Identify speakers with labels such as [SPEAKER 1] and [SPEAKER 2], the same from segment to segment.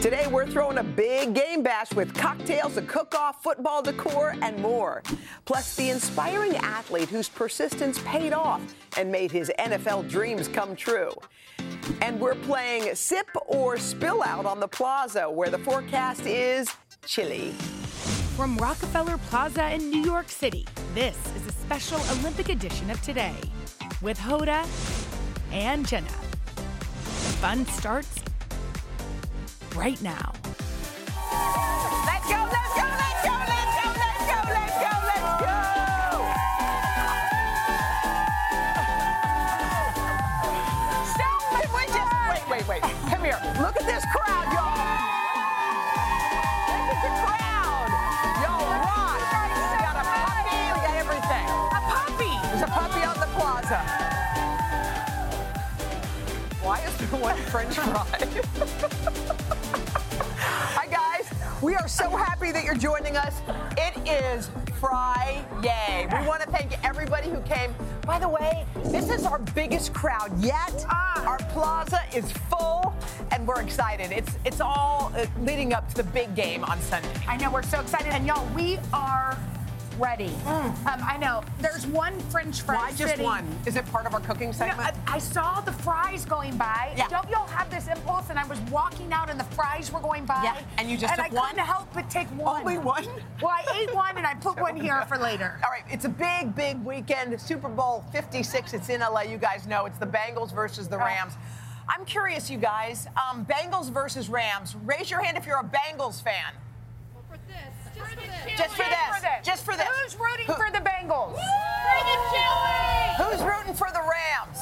[SPEAKER 1] Today, we're throwing a big game bash with cocktails, a cook off, football decor, and more. Plus, the inspiring athlete whose persistence paid off and made his NFL dreams come true. And we're playing Sip or Spill Out on the Plaza, where the forecast is chilly.
[SPEAKER 2] From Rockefeller Plaza in New York City, this is a special Olympic edition of Today with Hoda and Jenna. The fun starts right now.
[SPEAKER 1] Let's go, let's go, let's go, let's go, let's go, let's go, let's go. So wait, wait, just, wait, wait, wait. Come here. Look at this crowd, y'all. Look at the crowd. Y'all rock. We got a puppy. We got everything.
[SPEAKER 2] A puppy!
[SPEAKER 1] There's a puppy on the plaza. Why is there one French fry? Hi, guys. We are so happy that you're joining us. It is Friday. We want to thank everybody who came. By the way, this is our biggest crowd yet. Our plaza is full, and we're excited. It's it's all uh, leading up to the big game on Sunday.
[SPEAKER 3] I know we're so excited, and y'all, we are ready.
[SPEAKER 2] Mm.
[SPEAKER 3] Um, I know there's one French fry.
[SPEAKER 1] Why just
[SPEAKER 3] sitting-
[SPEAKER 1] one? Is it part of our cooking
[SPEAKER 3] You know,
[SPEAKER 1] segment?
[SPEAKER 3] I, I saw the fries going by.
[SPEAKER 1] Yeah.
[SPEAKER 3] Don't y'all have this impulse? And I was walking out, and the fries were going by.
[SPEAKER 1] Yeah. And you just
[SPEAKER 3] and
[SPEAKER 1] took
[SPEAKER 3] I
[SPEAKER 1] one?
[SPEAKER 3] couldn't help but take one.
[SPEAKER 1] Only one?
[SPEAKER 3] Well, I ate one, and I put one here for later.
[SPEAKER 1] All right, it's a big, big weekend. Super Bowl 56. It's in LA. You guys know it's the Bengals versus the Rams. I'm curious, you guys. Um, Bengals versus Rams. Raise your hand if you're a Bengals fan.
[SPEAKER 4] For this. Just for this.
[SPEAKER 1] Just for this. Just for this.
[SPEAKER 3] Who's rooting
[SPEAKER 1] Who-
[SPEAKER 3] for the Bengals?
[SPEAKER 1] Who's rooting for the Rams?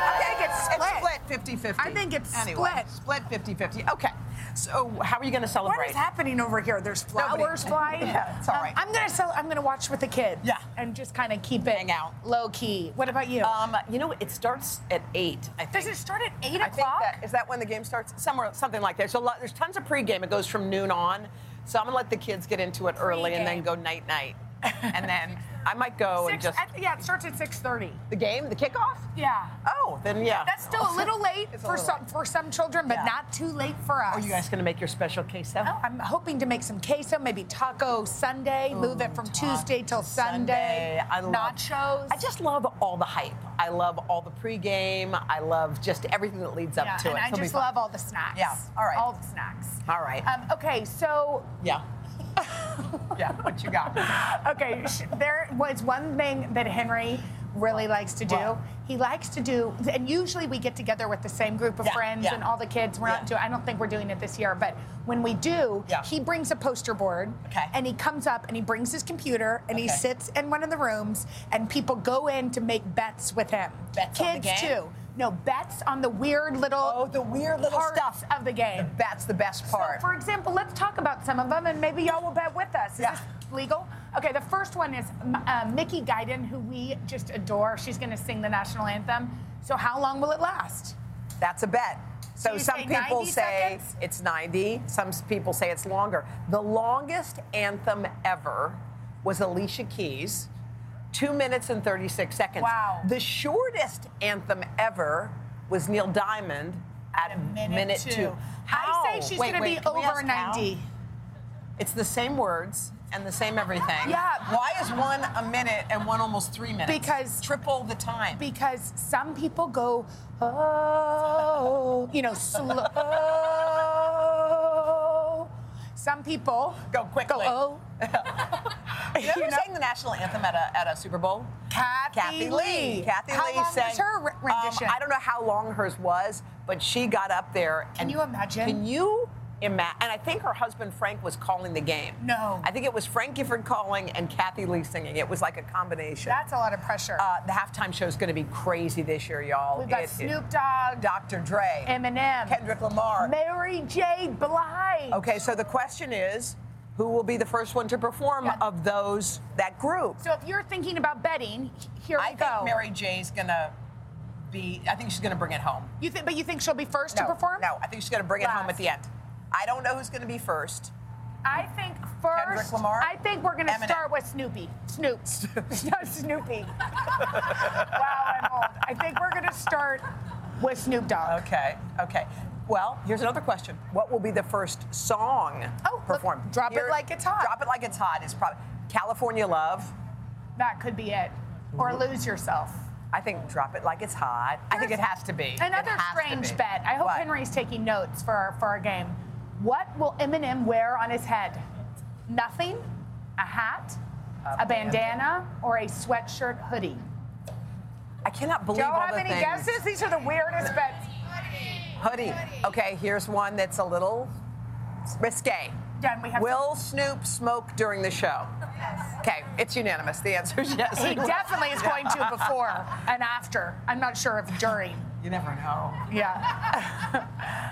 [SPEAKER 1] I think it's, it's split 50-50.
[SPEAKER 3] I think it's
[SPEAKER 1] anyway,
[SPEAKER 3] split.
[SPEAKER 1] split. 50-50. Okay. So how are you going to celebrate?
[SPEAKER 3] What is happening over here? There's
[SPEAKER 1] Nobody-
[SPEAKER 3] flowers flying.
[SPEAKER 1] Yeah, it's all
[SPEAKER 3] Um,
[SPEAKER 1] right.
[SPEAKER 3] I'm gonna sell, I'm gonna watch with the kids.
[SPEAKER 1] Yeah.
[SPEAKER 3] And just kind of keep it
[SPEAKER 1] Hang out.
[SPEAKER 3] low key. What about you?
[SPEAKER 1] Um, you know, it starts at eight. I think.
[SPEAKER 3] Does it start at eight
[SPEAKER 1] I think
[SPEAKER 3] o'clock?
[SPEAKER 1] that, is that when the game starts? Somewhere, something like that. There's a lot. There's tons of pregame. It goes from noon on. So I'm gonna let the kids get into it early and then
[SPEAKER 3] Pregame.
[SPEAKER 1] go night night, and then I might go and
[SPEAKER 3] Six,
[SPEAKER 1] just
[SPEAKER 3] at- yeah, it starts at six thirty.
[SPEAKER 1] the game, the kickoff.
[SPEAKER 3] Yeah.
[SPEAKER 1] Oh, then yeah.
[SPEAKER 3] That's still a little late
[SPEAKER 1] It's a
[SPEAKER 3] for
[SPEAKER 1] little
[SPEAKER 3] some
[SPEAKER 1] late.
[SPEAKER 3] for some children, but
[SPEAKER 1] Yeah.
[SPEAKER 3] not too late for us.
[SPEAKER 1] Are you guys gonna make your special queso?
[SPEAKER 3] Oh, I'm hoping to make some queso, maybe taco Sunday. move it from Tuesday till Sunday.
[SPEAKER 1] Oh, I love,
[SPEAKER 3] Nachos.
[SPEAKER 1] I just love all the hype. I love all the pregame. I love just everything that leads up
[SPEAKER 3] yeah,
[SPEAKER 1] to
[SPEAKER 3] and
[SPEAKER 1] it.
[SPEAKER 3] I
[SPEAKER 1] It'll be
[SPEAKER 3] just
[SPEAKER 1] fun.
[SPEAKER 3] love all the snacks.
[SPEAKER 1] Yeah, all right.
[SPEAKER 3] All the snacks.
[SPEAKER 1] All right.
[SPEAKER 3] Um, okay, so
[SPEAKER 1] yeah. yeah. What you got?
[SPEAKER 3] okay, sh- there was one thing that Henry really likes to do.
[SPEAKER 1] What?
[SPEAKER 3] He likes to do, and usually we get together with the same group of
[SPEAKER 1] Yeah,
[SPEAKER 3] friends
[SPEAKER 1] yeah.
[SPEAKER 3] and all the kids. We're
[SPEAKER 1] Yeah.
[SPEAKER 3] not doing. I don't think we're doing it this year, but when we do,
[SPEAKER 1] Yeah.
[SPEAKER 3] he brings a poster board,
[SPEAKER 1] Okay.
[SPEAKER 3] and he comes up and he brings his computer and he
[SPEAKER 1] Okay.
[SPEAKER 3] sits in one of the rooms, and people go in to make bets with him.
[SPEAKER 1] Bets on the
[SPEAKER 3] kids
[SPEAKER 1] game?
[SPEAKER 3] too. No bets on the weird little
[SPEAKER 1] Oh, the weird little
[SPEAKER 3] parts
[SPEAKER 1] stuff.
[SPEAKER 3] of the game.
[SPEAKER 1] That's the best part.
[SPEAKER 3] So, for example, let's talk about some of them, and maybe y'all will bet with us. Is
[SPEAKER 1] Yeah.
[SPEAKER 3] this legal? Okay, the first one is um, uh, Mickey Guyton, who we just adore. She's going to sing the national anthem. So, how long will it last?
[SPEAKER 1] That's a bet. So
[SPEAKER 3] you
[SPEAKER 1] some
[SPEAKER 3] say
[SPEAKER 1] people
[SPEAKER 3] 90
[SPEAKER 1] say
[SPEAKER 3] seconds?
[SPEAKER 1] it's 90. Some s- people say it's longer. The longest anthem ever was Alicia Keys, two minutes and 36 seconds.
[SPEAKER 3] Wow.
[SPEAKER 1] The shortest anthem ever was Neil Diamond at, two. How?
[SPEAKER 3] I say she's
[SPEAKER 1] Wait,
[SPEAKER 3] going to
[SPEAKER 1] wait,
[SPEAKER 3] be
[SPEAKER 1] can we
[SPEAKER 3] over
[SPEAKER 1] ask how?
[SPEAKER 3] 90.
[SPEAKER 1] It's the same words and the same everything.
[SPEAKER 3] Yeah.
[SPEAKER 1] Why is one a minute and one almost three minutes?
[SPEAKER 3] Because-
[SPEAKER 1] triple the time.
[SPEAKER 3] Because some people go, oh, you know, slow. Some people
[SPEAKER 1] Go quickly.
[SPEAKER 3] Go, oh.
[SPEAKER 1] you ever
[SPEAKER 3] you know?
[SPEAKER 1] sang the national anthem at a, at a Super Bowl?
[SPEAKER 3] Kathy,
[SPEAKER 1] Kathy Lee. Kathy
[SPEAKER 3] How
[SPEAKER 1] Lee
[SPEAKER 3] long
[SPEAKER 1] sang.
[SPEAKER 3] was her re-
[SPEAKER 1] um,
[SPEAKER 3] rendition?
[SPEAKER 1] I don't know how long hers was, but she got up there.
[SPEAKER 3] Can you imagine?
[SPEAKER 1] Can you imagine? And I think her husband Frank was calling the game.
[SPEAKER 3] No.
[SPEAKER 1] I think it was Frank Gifford calling and Kathy Lee singing. It was like a combination.
[SPEAKER 3] That's a lot of pressure.
[SPEAKER 1] uh, the halftime show is going to be crazy this year, y'all.
[SPEAKER 3] We've got
[SPEAKER 1] It- it-
[SPEAKER 3] Snoop Dogg,
[SPEAKER 1] Dr. Dre,
[SPEAKER 3] Eminem,
[SPEAKER 1] Kendrick Lamar.
[SPEAKER 3] Mary J. Blige.
[SPEAKER 1] Okay, so the question is, who will be the first one to perform
[SPEAKER 3] Yeah.
[SPEAKER 1] of those that group?
[SPEAKER 3] So if you're thinking about betting, here
[SPEAKER 1] I
[SPEAKER 3] we
[SPEAKER 1] think
[SPEAKER 3] go.
[SPEAKER 1] Mary J's gonna be. I think she's gonna bring it home.
[SPEAKER 3] you think, but you think she'll be first
[SPEAKER 1] No,
[SPEAKER 3] to perform?
[SPEAKER 1] No, I think she's gonna bring it home at
[SPEAKER 3] Last.
[SPEAKER 1] the end. I don't know who's gonna be first.
[SPEAKER 3] I think first.
[SPEAKER 1] Kendrick Lamar?
[SPEAKER 3] I think we're going to
[SPEAKER 1] Eminem.
[SPEAKER 3] start with Snoopy. Snoop. no, Snoopy. wow, I'm old. I think we're going to start with Snoop Dogg.
[SPEAKER 1] Okay, okay. Well, here's another question. What will be the first song
[SPEAKER 3] Oh, look,
[SPEAKER 1] performed?
[SPEAKER 3] Drop It Like It's Hot.
[SPEAKER 1] Drop It Like It's Hot is probably California Love.
[SPEAKER 3] That could be it. Or lose yourself.
[SPEAKER 1] I think Drop It Like It's Hot. I think it has to be. It
[SPEAKER 3] Another
[SPEAKER 1] has to
[SPEAKER 3] strange
[SPEAKER 1] be.
[SPEAKER 3] bet. I hope
[SPEAKER 1] What?
[SPEAKER 3] Henry's taking notes for our, for our game. What will Eminem wear on his head? Nothing, a hat, a, bandana, or a sweatshirt hoodie.
[SPEAKER 1] I cannot believe
[SPEAKER 3] Do y'all
[SPEAKER 1] all
[SPEAKER 3] have
[SPEAKER 1] the
[SPEAKER 3] any
[SPEAKER 1] things.
[SPEAKER 3] guesses? These are the weirdest bets.
[SPEAKER 1] Hoodie. Okay, here's one that's a little risque.
[SPEAKER 3] Done. We have
[SPEAKER 1] Will Snoop smoke during the show? Okay, it's unanimous. The answer is yes.
[SPEAKER 3] He definitely is going to before and after. I'm not sure if during.
[SPEAKER 1] You never know.
[SPEAKER 3] Yeah.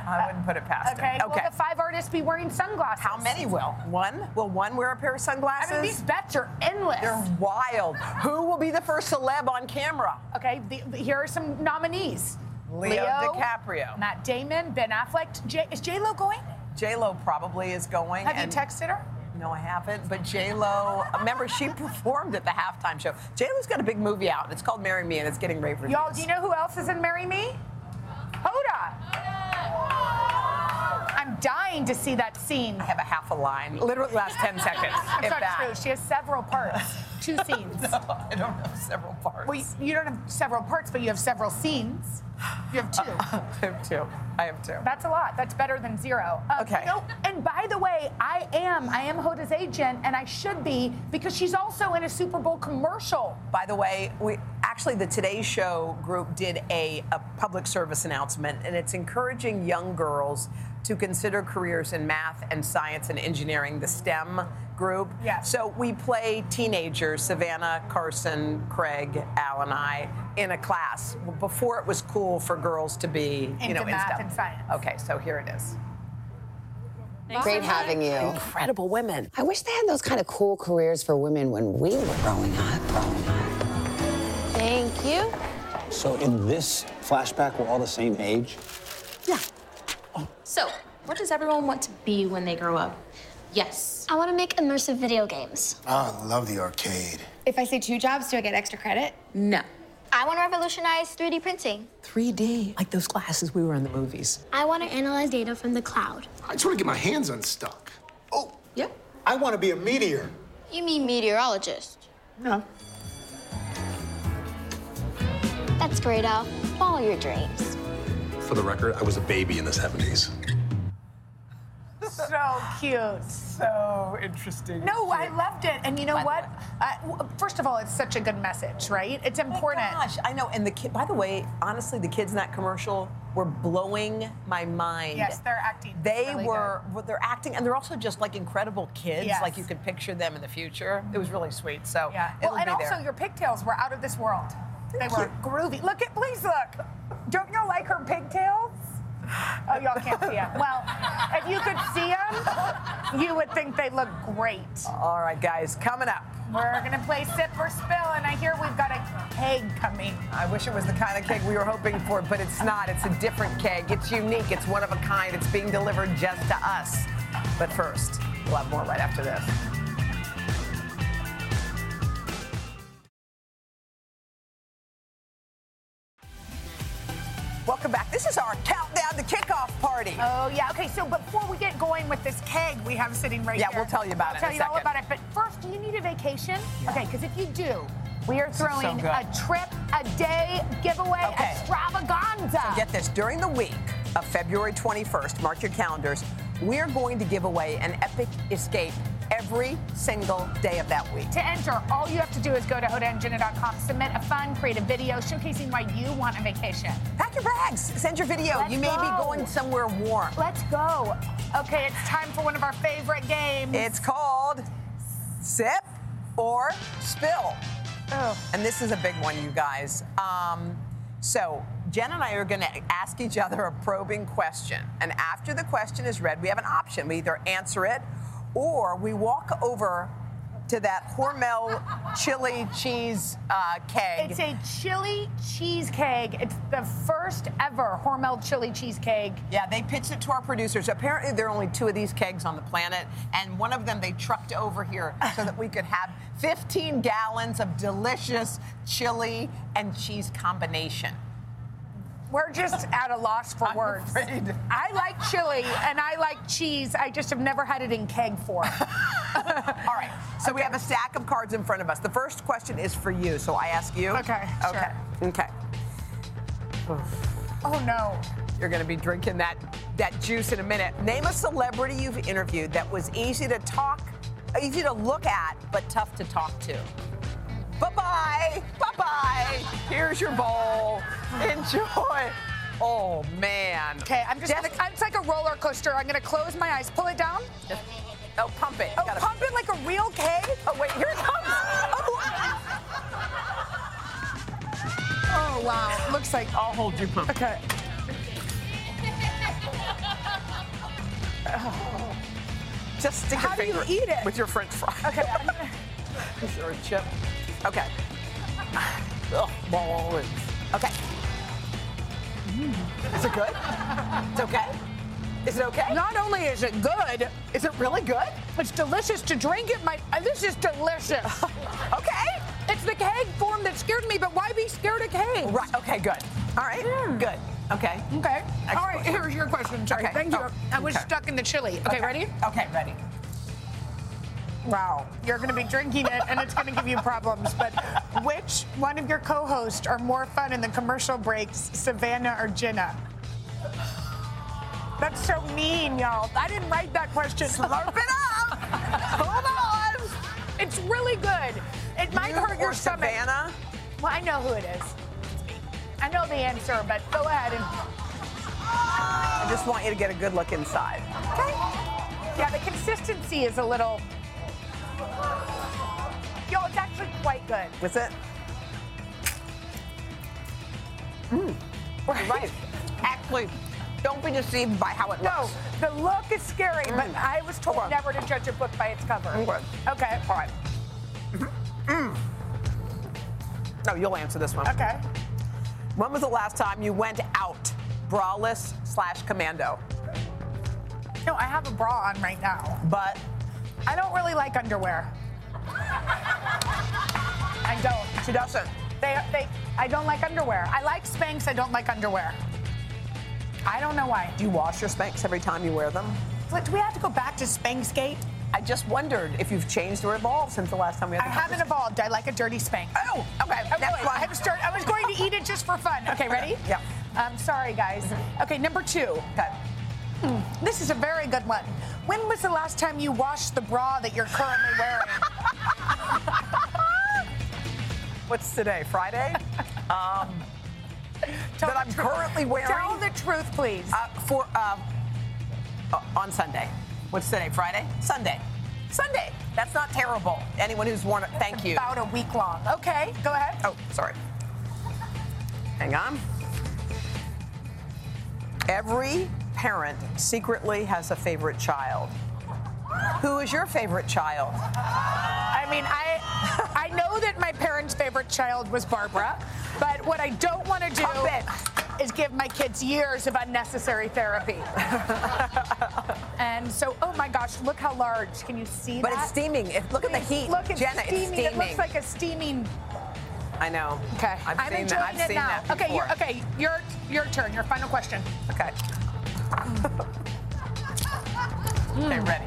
[SPEAKER 1] I wouldn't put it past
[SPEAKER 3] Okay.
[SPEAKER 1] him.
[SPEAKER 3] Will the five artists be wearing sunglasses?
[SPEAKER 1] How many will? One? Will one wear a pair of
[SPEAKER 3] I
[SPEAKER 1] sunglasses?
[SPEAKER 3] mean, these bets are endless.
[SPEAKER 1] They're wild. Who will be the first celeb on camera?
[SPEAKER 3] Okay, the, the- here are some nominees.
[SPEAKER 1] Leo DiCaprio.
[SPEAKER 3] Matt Damon, Ben Affleck. J, is J Lo going?
[SPEAKER 1] J Lo probably is going.
[SPEAKER 3] Have
[SPEAKER 1] and-
[SPEAKER 3] you texted her?
[SPEAKER 1] No, I haven't. But J Lo, remember she performed at the halftime show. J Lo's got a big movie out. It's called Marry Me, and it's getting rave reviews.
[SPEAKER 3] Y'all, do you know who else is in Marry Me? Hoda. I'm dying to see that scene.
[SPEAKER 1] I have a half a line. Literally last ten seconds.
[SPEAKER 3] That's
[SPEAKER 1] if
[SPEAKER 3] not
[SPEAKER 1] that.
[SPEAKER 3] true. She has several parts, two scenes.
[SPEAKER 1] I don't have several parts.
[SPEAKER 3] Well, you, you don't have several parts, but you have several scenes. You have
[SPEAKER 1] Uh,
[SPEAKER 3] two.
[SPEAKER 1] I have two. I have two.
[SPEAKER 3] That's a lot. That's better than zero. Um,
[SPEAKER 1] Okay.
[SPEAKER 3] no, and by the way, I am. I am Hoda's agent, and I should be because she's also in a Super Bowl commercial.
[SPEAKER 1] By the way, we actually the Today Show group did a, a public service announcement, and it's encouraging young girls to consider careers in math and science and engineering, the STEM group.
[SPEAKER 3] Yeah.
[SPEAKER 1] So we play teenagers, Savannah, Carson, Craig, Al, and I, in a class before it was cool for girls to be, you
[SPEAKER 3] Into
[SPEAKER 1] know, in
[SPEAKER 3] math
[SPEAKER 1] STEM.
[SPEAKER 3] and science.
[SPEAKER 1] Okay, so here it is.
[SPEAKER 5] Great having you.
[SPEAKER 1] Incredible women.
[SPEAKER 5] I wish they had those kind of cool careers for women when we were growing up.
[SPEAKER 6] Thank you.
[SPEAKER 7] So in this flashback, we're all the same age?
[SPEAKER 8] So, what does everyone want to be when they grow up? Yes.
[SPEAKER 9] I want to make immersive video games.
[SPEAKER 10] I love the arcade.
[SPEAKER 6] If I say two jobs, do I get extra credit?
[SPEAKER 8] No.
[SPEAKER 9] I want to revolutionize 3D printing.
[SPEAKER 5] 3D, like those glasses we were in the movies.
[SPEAKER 9] I want to analyze data from the cloud.
[SPEAKER 10] I just want to get my hands unstuck. Oh,
[SPEAKER 8] Yep.
[SPEAKER 10] I want to be a meteor.
[SPEAKER 9] You mean meteorologist?
[SPEAKER 10] No.
[SPEAKER 9] That's great, Al. Follow your dreams.
[SPEAKER 11] For the record, I was a baby in the 70s.
[SPEAKER 3] So cute.
[SPEAKER 1] So interesting.
[SPEAKER 3] No, I loved it. And you know
[SPEAKER 1] By the
[SPEAKER 3] what?
[SPEAKER 1] way.
[SPEAKER 3] Uh, w- first of all, it's such a good message, right? It's important.
[SPEAKER 1] Oh My gosh, I know. And the kid, by the way, honestly, the kids in that commercial were blowing my mind.
[SPEAKER 3] Yes, they're acting
[SPEAKER 1] They
[SPEAKER 3] really
[SPEAKER 1] were, well, they're acting, and they're also just like incredible kids.
[SPEAKER 3] Yes.
[SPEAKER 1] Like you could picture them in the future. It was really sweet. So
[SPEAKER 3] Yeah.
[SPEAKER 1] it'll
[SPEAKER 3] Well, and
[SPEAKER 1] be
[SPEAKER 3] also
[SPEAKER 1] there.
[SPEAKER 3] your pigtails were out of this world. They were groovy. Look at, please look. Don't you like her pigtails? Oh, y'all can't see them. Well, if you could see them, you would think they look great.
[SPEAKER 1] All right, guys, coming up.
[SPEAKER 3] We're gonna play sip or spill, and I hear we've got a keg coming.
[SPEAKER 1] I wish it was the kind of cake we were hoping for, but it's not. It's a different cake. It's unique. It's one of a kind. It's being delivered just to us. But first, we'll have more right after this. Welcome back. This is our countdown to kickoff party.
[SPEAKER 3] Oh yeah. Okay. So before we get going with this keg we have sitting right
[SPEAKER 1] Yeah,
[SPEAKER 3] here,
[SPEAKER 1] we'll tell you about
[SPEAKER 3] I'll
[SPEAKER 1] it
[SPEAKER 3] Tell
[SPEAKER 1] in a
[SPEAKER 3] you all
[SPEAKER 1] second.
[SPEAKER 3] about it. But first, do you need a vacation? Okay. Because if you do, we are
[SPEAKER 1] so
[SPEAKER 3] throwing
[SPEAKER 1] good.
[SPEAKER 3] a trip, a day giveaway,
[SPEAKER 1] Okay.
[SPEAKER 3] extravaganza.
[SPEAKER 1] Get this during the week of February 21st, mark your calendars, we're going to give away an epic escape every single day of that week.
[SPEAKER 3] to enter, all you have to do is go to hodaandjenna.com, submit a fun, create a video showcasing why you want a vacation.
[SPEAKER 1] Pack your bags. Send your video.
[SPEAKER 3] Let's
[SPEAKER 1] you may be
[SPEAKER 3] go.
[SPEAKER 1] going somewhere warm.
[SPEAKER 3] Let's go. Okay, it's time for one of our favorite games.
[SPEAKER 1] It's called Sip or Spill.
[SPEAKER 3] Ugh.
[SPEAKER 1] And this is a big one, you guys. Um, so, Jen and I are going to ask each other a probing question. And after the question is read, we have an option. We either answer it or we walk over to that Hormel chili cheese uh, keg.
[SPEAKER 3] It's a chili cheesecake. It's the first ever Hormel chili cheesecake.
[SPEAKER 1] Yeah, they pitched it to our producers. Apparently, there are only two of these kegs on the planet, and one of them they trucked over here so that we could have 15 gallons of delicious chili and cheese combination.
[SPEAKER 12] We're just at a loss for words. I like chili and I like cheese. I just have never had it in keg form.
[SPEAKER 1] All right. So we have a stack of cards in front of us. The first question is for you, so I ask you.
[SPEAKER 12] Okay,
[SPEAKER 1] Okay. Okay.
[SPEAKER 12] oh no.
[SPEAKER 1] You're going to be drinking that that juice in a minute. Name a celebrity you've interviewed that was easy to talk, easy to look at, but tough to talk to. Bye bye. Bye bye. Here's your bowl. Enjoy. Oh man.
[SPEAKER 12] Okay, I'm just.
[SPEAKER 1] Jessica-
[SPEAKER 12] gonna, it's like a roller coaster. I'm gonna close my eyes, pull it down.
[SPEAKER 1] Oh, pump it.
[SPEAKER 12] Oh,
[SPEAKER 1] Gotta-
[SPEAKER 12] pump it like a real keg.
[SPEAKER 1] Oh wait, here it comes. Oh,
[SPEAKER 12] Oh wow, looks like.
[SPEAKER 1] I'll hold you, pump.
[SPEAKER 12] Okay.
[SPEAKER 1] Just stick
[SPEAKER 12] How
[SPEAKER 1] your
[SPEAKER 12] do you
[SPEAKER 1] finger
[SPEAKER 12] eat it?
[SPEAKER 1] with your French fry.
[SPEAKER 12] Okay. I'm gonna,
[SPEAKER 1] or a chip. Okay. Ugh, ball and- Okay.
[SPEAKER 12] Mm.
[SPEAKER 1] Is it good? It's okay. Is it okay?
[SPEAKER 12] not only is it good,
[SPEAKER 1] Is it really good?
[SPEAKER 12] it's delicious to drink. It might. uh, This is delicious.
[SPEAKER 1] Okay.
[SPEAKER 12] It's the keg form that scared me, but why be scared of keg?
[SPEAKER 1] Right. Okay. Good. All right. Good. Okay.
[SPEAKER 12] Okay.
[SPEAKER 1] Next
[SPEAKER 12] All right,
[SPEAKER 1] question.
[SPEAKER 12] here's your question. Sorry.
[SPEAKER 1] Okay.
[SPEAKER 12] Thank you.
[SPEAKER 1] Oh,
[SPEAKER 12] I was
[SPEAKER 1] okay.
[SPEAKER 12] stuck in the chili. Okay, ready?
[SPEAKER 1] Okay. Ready.
[SPEAKER 12] Wow. You're going to be drinking it and it's going to give you problems. But which one of your co hosts are more fun in the commercial breaks, Savannah or Jenna? That's so mean, y'all. I didn't write that question.
[SPEAKER 1] Slurp it up. Hold on.
[SPEAKER 12] It's really good. It might
[SPEAKER 1] You
[SPEAKER 12] hurt your
[SPEAKER 1] or
[SPEAKER 12] stomach.
[SPEAKER 1] Savannah.
[SPEAKER 12] Well, I know who it is. I know the answer, but go ahead and.
[SPEAKER 1] I just want you to get a good look inside.
[SPEAKER 12] Okay. Yeah, the consistency is a little. Yo, it's actually quite good.
[SPEAKER 1] Was it? Mmm. Right. Actually, don't be deceived by how it
[SPEAKER 12] No,
[SPEAKER 1] looks.
[SPEAKER 12] the look is scary, but I was told
[SPEAKER 1] Hold on.
[SPEAKER 12] never to judge a book by its cover.
[SPEAKER 1] Okay.
[SPEAKER 12] Okay. All right.
[SPEAKER 1] No, Mm. Oh, you'll answer this one.
[SPEAKER 12] Okay.
[SPEAKER 1] When was the last time you went out braless slash commando?
[SPEAKER 12] No, I have a bra on right now.
[SPEAKER 1] But
[SPEAKER 12] I don't really like underwear. I don't.
[SPEAKER 1] she doesn't.
[SPEAKER 12] They, they, I don't like underwear. I like Spanx. I don't like underwear. I don't know why.
[SPEAKER 1] Do you wash your Spanx every time you wear them?
[SPEAKER 12] Like, Do we have to go back to Spanxgate?
[SPEAKER 1] I just wondered if you've changed or evolved since the last time we
[SPEAKER 12] I
[SPEAKER 1] had the
[SPEAKER 12] haven't evolved. I like a dirty Spanx.
[SPEAKER 1] Oh, okay.
[SPEAKER 12] I
[SPEAKER 1] Next
[SPEAKER 12] would.
[SPEAKER 1] one.
[SPEAKER 12] I was, start, I was going to eat it just for fun. Okay, ready?
[SPEAKER 1] Yeah.
[SPEAKER 12] Um, sorry, guys. Okay, number two. Hmm,
[SPEAKER 1] Okay.
[SPEAKER 12] This is a very good one. When was the last time you washed the bra that you're currently wearing?
[SPEAKER 1] What's today? Friday? um,
[SPEAKER 12] Tell
[SPEAKER 1] that
[SPEAKER 12] the
[SPEAKER 1] I'm
[SPEAKER 12] truth.
[SPEAKER 1] currently wearing
[SPEAKER 12] Tell the truth, please.
[SPEAKER 1] uh, for uh, uh, on Sunday. What's today? Friday? Sunday. Sunday. That's not terrible. Anyone who's worn it, thank you.
[SPEAKER 12] About a week long. Okay, go ahead.
[SPEAKER 1] Oh, sorry. Hang on. Every parent secretly has a favorite child. Who is your favorite child?
[SPEAKER 12] I mean, I I know that my parents' favorite child was Barbara, but what I don't want to do
[SPEAKER 1] Pump it.
[SPEAKER 12] is give my kids years of unnecessary therapy. and so, oh my gosh, look how large. Can you see
[SPEAKER 1] But
[SPEAKER 12] that?
[SPEAKER 1] it's steaming. It- look at the heat.
[SPEAKER 12] Look, it's
[SPEAKER 1] Jenna,
[SPEAKER 12] steaming.
[SPEAKER 1] it's steaming.
[SPEAKER 12] It looks like a steaming.
[SPEAKER 1] I know.
[SPEAKER 12] Okay,
[SPEAKER 1] I've
[SPEAKER 12] am
[SPEAKER 1] seen
[SPEAKER 12] enjoying
[SPEAKER 1] that. I've
[SPEAKER 12] it
[SPEAKER 1] seen
[SPEAKER 12] now.
[SPEAKER 1] that
[SPEAKER 12] okay,
[SPEAKER 1] before.
[SPEAKER 12] your, okay, your your turn. Your final question.
[SPEAKER 1] Okay. okay, ready.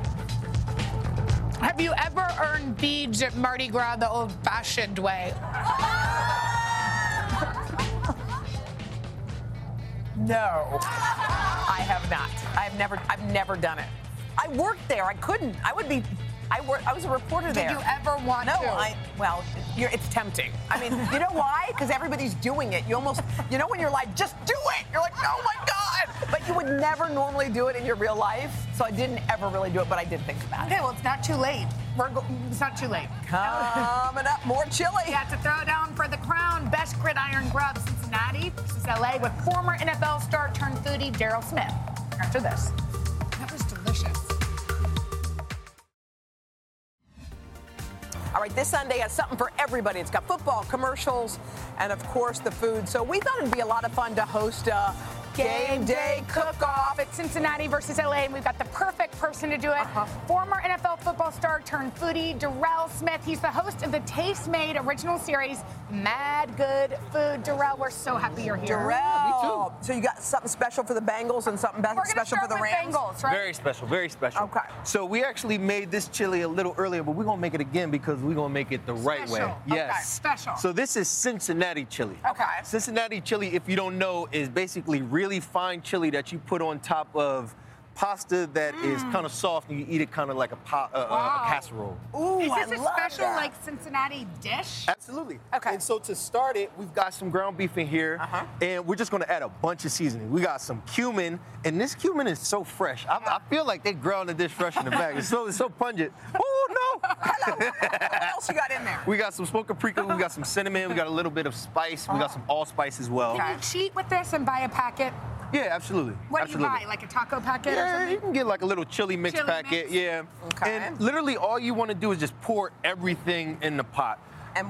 [SPEAKER 12] Have you ever earned beads at Mardi Gras the old-fashioned way?
[SPEAKER 1] No. I have not. I have never I've never done it. I worked there. I couldn't. I would be I work I was a reporter
[SPEAKER 12] Did
[SPEAKER 1] there.
[SPEAKER 12] you ever want
[SPEAKER 1] no,
[SPEAKER 12] to?
[SPEAKER 1] I well, you're, it's tempting. I mean, you know why? Because everybody's doing it. You almost you know when you're like just do it. You're like, "Oh my god." But you would never normally do it in your real life. So I didn't ever really do it, but I did think about it.
[SPEAKER 12] Okay, well, it's not too late. We're go- it's not too late.
[SPEAKER 1] Coming Um, up, more chili.
[SPEAKER 12] We have to throw down for the crown. Best gridiron grub, Cincinnati versus LA, with former NFL star turned foodie Daryl Smith. After this, that was delicious.
[SPEAKER 1] All right, this Sunday has something for everybody. It's got football, commercials, and of course the food. So we thought it'd be a lot of fun to host a Game Day Cook Off.
[SPEAKER 12] It's Cincinnati versus LA, and we've got the perfect person to do it. Former NFL football star turned foodie, Darrell Smith. He's the host of the Taste Made original series, Mad Good Food. Darrell, we're so happy you're here.
[SPEAKER 1] Darrell. So you got something special for the Bengals and something
[SPEAKER 12] We're gonna
[SPEAKER 1] special
[SPEAKER 12] start
[SPEAKER 1] for the
[SPEAKER 12] with
[SPEAKER 1] Rams.
[SPEAKER 12] Bengals, right?
[SPEAKER 13] Very special, very special.
[SPEAKER 1] Okay.
[SPEAKER 13] So we actually made this chili a little earlier, but we're gonna make it again because we're gonna make it the right way.
[SPEAKER 12] Special. Okay, special.
[SPEAKER 13] So this is Cincinnati chili.
[SPEAKER 12] Okay.
[SPEAKER 13] Cincinnati chili, if you don't know, is basically really fine chili that you put on top of pasta that is kind of soft and you eat it kind of like a, pot, uh, uh,
[SPEAKER 12] Wow.
[SPEAKER 13] a casserole.
[SPEAKER 1] Ooh,
[SPEAKER 12] Is
[SPEAKER 1] I
[SPEAKER 12] this a
[SPEAKER 1] love
[SPEAKER 12] special
[SPEAKER 1] that.
[SPEAKER 12] like Cincinnati dish?
[SPEAKER 13] Absolutely. Okay. And so to start it, we've got some ground beef in here, and we're just gonna add a bunch of seasoning. We got some cumin, and this cumin is so fresh. I, I feel like they grounded this fresh in the bag. It's so it's so pungent. Oh no!
[SPEAKER 1] What else you got in there?
[SPEAKER 13] We got some smoked paprika, we got some cinnamon, we got a little bit of spice, we got some allspice as well.
[SPEAKER 12] Can you cheat with this and buy a packet?
[SPEAKER 13] Yeah, absolutely.
[SPEAKER 12] What
[SPEAKER 13] absolutely.
[SPEAKER 12] do you buy? Like a taco packet or
[SPEAKER 13] Yeah, you
[SPEAKER 12] something?
[SPEAKER 13] can get like a little chili mix
[SPEAKER 12] Chili
[SPEAKER 13] packet.
[SPEAKER 12] mix?
[SPEAKER 13] Yeah.
[SPEAKER 1] Okay.
[SPEAKER 13] And literally all you want to do is just pour everything in the pot.
[SPEAKER 1] And,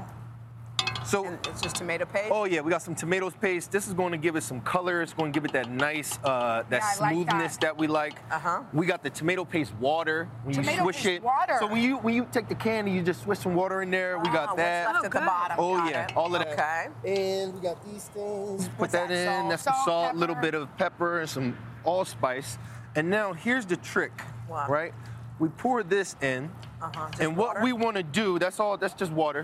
[SPEAKER 13] So
[SPEAKER 1] and it's just tomato paste.
[SPEAKER 13] Oh yeah, we got some tomatoes paste. This is going to give it some color. It's going to give it that nice, uh,
[SPEAKER 12] Yeah,
[SPEAKER 13] that
[SPEAKER 12] I like
[SPEAKER 13] smoothness
[SPEAKER 12] that.
[SPEAKER 13] that. we like.
[SPEAKER 1] Uh-huh.
[SPEAKER 13] We got the tomato paste water. When
[SPEAKER 12] Tomato
[SPEAKER 13] you swish
[SPEAKER 12] paste
[SPEAKER 13] it.
[SPEAKER 12] water.
[SPEAKER 13] So when you when you take the can and you just swish some water in there, we
[SPEAKER 1] Ah,
[SPEAKER 13] got
[SPEAKER 1] what's
[SPEAKER 13] that.
[SPEAKER 1] left at the
[SPEAKER 12] Oh, good.
[SPEAKER 1] bottom.
[SPEAKER 13] Oh,
[SPEAKER 1] Got
[SPEAKER 13] yeah,
[SPEAKER 1] it.
[SPEAKER 13] all of that.
[SPEAKER 1] Okay.
[SPEAKER 14] And we got these things.
[SPEAKER 13] Put that, in.
[SPEAKER 12] salt?
[SPEAKER 13] That's the
[SPEAKER 12] Salt,
[SPEAKER 13] salt, little
[SPEAKER 12] pepper?
[SPEAKER 13] bit of pepper, and some allspice. And now here's the trick,
[SPEAKER 1] Wow.
[SPEAKER 13] right? We pour this in,
[SPEAKER 1] Uh-huh, just
[SPEAKER 13] and what
[SPEAKER 1] water?
[SPEAKER 13] we want to do, that's all, that's just water.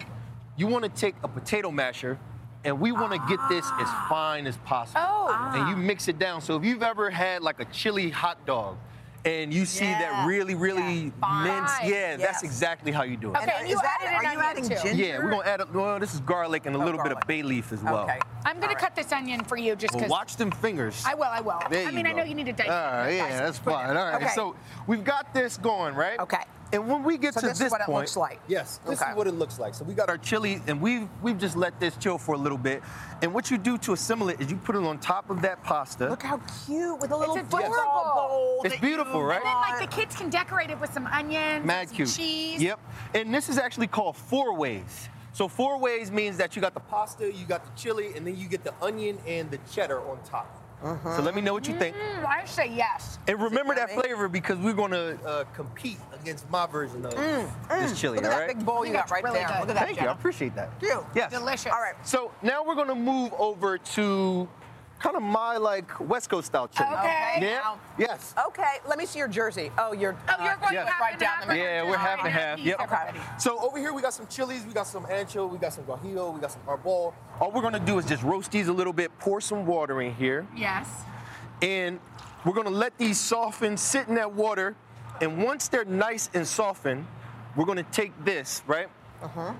[SPEAKER 13] You want to take a potato masher, and we want to get this as fine as possible.
[SPEAKER 12] Oh.
[SPEAKER 13] And you mix it down. So if you've ever had like a chili hot dog, and you see
[SPEAKER 1] Yeah.
[SPEAKER 13] that really,
[SPEAKER 1] Yeah.
[SPEAKER 13] really
[SPEAKER 1] Fine.
[SPEAKER 13] minced, yeah,
[SPEAKER 1] Yes.
[SPEAKER 13] that's exactly how you do it.
[SPEAKER 12] Okay,
[SPEAKER 1] And
[SPEAKER 12] and you
[SPEAKER 1] is that,
[SPEAKER 12] added an
[SPEAKER 1] are you adding
[SPEAKER 12] onion, too.
[SPEAKER 1] ginger?
[SPEAKER 13] Yeah, we're gonna add. A, well, this is garlic and a
[SPEAKER 1] Oh,
[SPEAKER 13] little bit
[SPEAKER 1] garlic.
[SPEAKER 13] of bay leaf as well.
[SPEAKER 1] Okay.
[SPEAKER 12] I'm gonna
[SPEAKER 1] All right.
[SPEAKER 12] cut this onion for you just
[SPEAKER 13] Well,
[SPEAKER 12] because.
[SPEAKER 13] watch them fingers.
[SPEAKER 12] I will, I will.
[SPEAKER 13] There
[SPEAKER 12] I
[SPEAKER 13] you
[SPEAKER 12] mean, I
[SPEAKER 13] go.
[SPEAKER 12] know you need to dice it,
[SPEAKER 13] All right,
[SPEAKER 12] but
[SPEAKER 13] yeah,
[SPEAKER 12] dice it,
[SPEAKER 13] that's
[SPEAKER 12] put it
[SPEAKER 13] fine.
[SPEAKER 12] in.
[SPEAKER 13] All right,
[SPEAKER 1] Okay.
[SPEAKER 13] so we've got this going, right?
[SPEAKER 1] Okay.
[SPEAKER 13] And when we get
[SPEAKER 1] So
[SPEAKER 13] to
[SPEAKER 1] this is what it
[SPEAKER 13] point,
[SPEAKER 1] looks like.
[SPEAKER 14] Yes, this
[SPEAKER 1] Okay.
[SPEAKER 14] is what it looks like. So we got
[SPEAKER 13] got our chili, and we've we've just let this chill for a little bit. And what you do to assimilate is you put it on top of that pasta.
[SPEAKER 1] Look how cute with a little
[SPEAKER 12] It's
[SPEAKER 1] football
[SPEAKER 12] adorable.
[SPEAKER 1] bowl.
[SPEAKER 13] It's
[SPEAKER 1] that you
[SPEAKER 13] beautiful, right?
[SPEAKER 12] And then, like,
[SPEAKER 1] bought.
[SPEAKER 12] the kids can decorate it with some onions,
[SPEAKER 13] Mad
[SPEAKER 12] some
[SPEAKER 13] cute.
[SPEAKER 12] cheese.
[SPEAKER 13] Yep. And this is actually called four ways. So four ways means that you got the pasta, you got the chili, and then you get the onion and the cheddar on top. So let me know what you think.
[SPEAKER 12] Mm, I say yes.
[SPEAKER 13] And remember that
[SPEAKER 1] yummy?
[SPEAKER 13] flavor because we're gonna uh, compete against my version of this chili,
[SPEAKER 1] Look at
[SPEAKER 13] all
[SPEAKER 1] that
[SPEAKER 13] right?
[SPEAKER 1] big bowl you
[SPEAKER 12] That's
[SPEAKER 1] got right
[SPEAKER 12] really
[SPEAKER 1] there.
[SPEAKER 12] good.
[SPEAKER 1] Look at that.
[SPEAKER 13] Thank you,
[SPEAKER 1] Jenna.
[SPEAKER 13] I appreciate that.
[SPEAKER 1] Cute.
[SPEAKER 13] Yes.
[SPEAKER 12] Delicious.
[SPEAKER 1] All right.
[SPEAKER 13] So now we're gonna move over to kind of my like West Coast style chili.
[SPEAKER 12] Okay.
[SPEAKER 13] Yeah.
[SPEAKER 1] Now-
[SPEAKER 13] Yes.
[SPEAKER 1] Okay, let me see your jersey. Oh, you're.
[SPEAKER 12] Oh, you're going
[SPEAKER 13] yes.
[SPEAKER 12] half
[SPEAKER 1] Right
[SPEAKER 12] and
[SPEAKER 1] down
[SPEAKER 12] half
[SPEAKER 1] the middle.
[SPEAKER 12] or
[SPEAKER 13] Yeah,
[SPEAKER 12] just
[SPEAKER 13] we're
[SPEAKER 12] all
[SPEAKER 13] half
[SPEAKER 12] right?
[SPEAKER 13] and half.
[SPEAKER 12] Please,
[SPEAKER 13] Yep.
[SPEAKER 12] everybody.
[SPEAKER 13] So over here we got some chilies, we got some ancho, we got some guajillo, we got some arbol. All we're gonna do is just roast these a little bit, pour some water in here,
[SPEAKER 12] Yes.
[SPEAKER 13] and we're gonna let these soften, sit in that water, and once they're nice and softened, we're gonna take this, right? Uh-huh.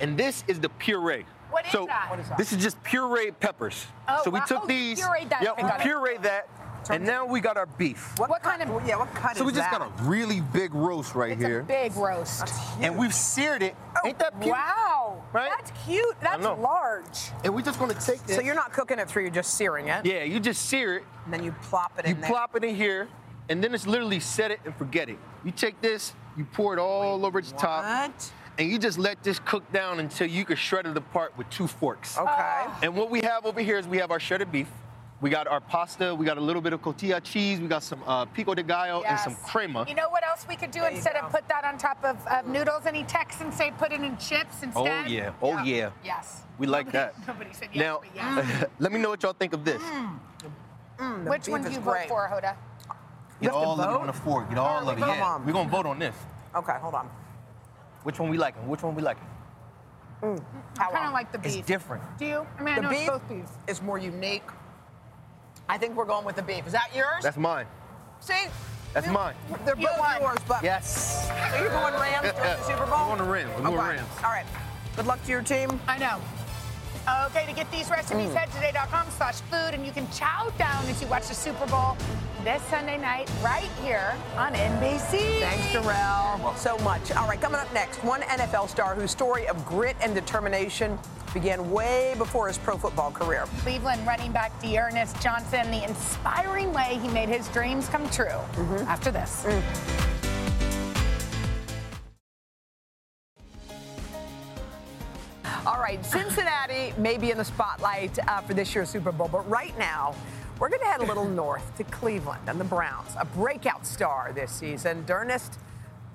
[SPEAKER 13] And this is the puree.
[SPEAKER 12] What is
[SPEAKER 13] so
[SPEAKER 12] that? What is that?
[SPEAKER 13] This is just pureed peppers.
[SPEAKER 12] Oh,
[SPEAKER 13] so we
[SPEAKER 12] wow.
[SPEAKER 13] took
[SPEAKER 12] Oh, you
[SPEAKER 13] these.
[SPEAKER 12] pureed that.
[SPEAKER 13] Yep,
[SPEAKER 12] I got it.
[SPEAKER 13] we pureed that, and now we got our beef.
[SPEAKER 12] What kind of-
[SPEAKER 1] Yeah, what kind
[SPEAKER 13] So
[SPEAKER 1] is
[SPEAKER 13] we just
[SPEAKER 1] that?
[SPEAKER 13] got a really big roast right
[SPEAKER 12] It's
[SPEAKER 13] here.
[SPEAKER 12] a big roast.
[SPEAKER 13] and we've seared it. Ain't that cute?
[SPEAKER 12] Oh, Wow.
[SPEAKER 13] Right?
[SPEAKER 12] That's cute. That's
[SPEAKER 13] know.
[SPEAKER 12] large.
[SPEAKER 13] And we're just gonna take this.
[SPEAKER 1] So you're not cooking it through, you're just searing it.
[SPEAKER 13] Yeah, you just sear it,
[SPEAKER 1] And then you plop it
[SPEAKER 13] you
[SPEAKER 1] in there.
[SPEAKER 13] plop it in here, and then it's literally set it and forget it. You take this, you pour it all over the top,
[SPEAKER 1] What?
[SPEAKER 13] and you just let this cook down until you can shred it apart with two forks.
[SPEAKER 1] Okay.
[SPEAKER 13] And what we have over here is we have our shredded beef. We got our pasta, we got a little bit of cotija cheese, we got some uh, pico de gallo and some
[SPEAKER 12] Yes.
[SPEAKER 13] crema.
[SPEAKER 12] You know what else we could do
[SPEAKER 1] you
[SPEAKER 12] instead
[SPEAKER 1] go.
[SPEAKER 12] of put that on top of, of noodles? Any Texans say put it in chips
[SPEAKER 13] Oh
[SPEAKER 12] instead?
[SPEAKER 13] yeah, oh yeah.
[SPEAKER 12] Yes.
[SPEAKER 13] We like
[SPEAKER 12] Nobody-
[SPEAKER 13] that.
[SPEAKER 12] Nobody said yes,
[SPEAKER 13] Now,
[SPEAKER 12] but yes.
[SPEAKER 13] let me know what y'all think of this.
[SPEAKER 1] The
[SPEAKER 12] Which
[SPEAKER 1] beef
[SPEAKER 12] one do
[SPEAKER 1] is
[SPEAKER 12] you
[SPEAKER 1] great.
[SPEAKER 12] vote for, Hoda?
[SPEAKER 13] Get
[SPEAKER 1] have to
[SPEAKER 13] all of
[SPEAKER 1] vote?
[SPEAKER 13] it on a fork. Get all
[SPEAKER 1] Oh,
[SPEAKER 13] of it.
[SPEAKER 1] come
[SPEAKER 13] Yeah.
[SPEAKER 1] on.
[SPEAKER 13] We're gonna vote on this.
[SPEAKER 1] Okay, hold on.
[SPEAKER 13] Which one we liking? Which one we liking?
[SPEAKER 12] I kind of like the
[SPEAKER 13] It's
[SPEAKER 12] beef.
[SPEAKER 13] different.
[SPEAKER 12] Do you? I mean, I
[SPEAKER 1] The
[SPEAKER 12] know
[SPEAKER 1] beef
[SPEAKER 12] it's both beef.
[SPEAKER 1] is more unique. I think we're going with the beef. Is that yours?
[SPEAKER 13] That's mine.
[SPEAKER 1] See?
[SPEAKER 13] that's
[SPEAKER 1] You-
[SPEAKER 13] mine.
[SPEAKER 1] They're
[SPEAKER 12] You
[SPEAKER 1] both
[SPEAKER 12] won.
[SPEAKER 1] yours, but
[SPEAKER 13] Yes.
[SPEAKER 1] so you're going Rams towards the Super Bowl?
[SPEAKER 13] We're going to Rams. We're going
[SPEAKER 1] Okay.
[SPEAKER 13] Rams.
[SPEAKER 1] All right. Good luck to your team.
[SPEAKER 12] I know. Okay, to get these recipes,
[SPEAKER 1] Mm.
[SPEAKER 12] head to today.com slash food, and you can chow down as you watch the Super Bowl this Sunday night right here on NBC.
[SPEAKER 1] Thanks, Darrell, so much. All right, coming up next, one NFL star whose story of grit and determination began way before his pro football career.
[SPEAKER 12] Cleveland running back Dearness Johnson, the inspiring way he made his dreams come true
[SPEAKER 15] Mm-hmm.
[SPEAKER 12] after this.
[SPEAKER 15] Mm.
[SPEAKER 1] All right, Cincinnati may be in the spotlight uh, for this year's Super Bowl, but right now, We're going to head a little north to Cleveland and the Browns, a breakout star this season, Dernest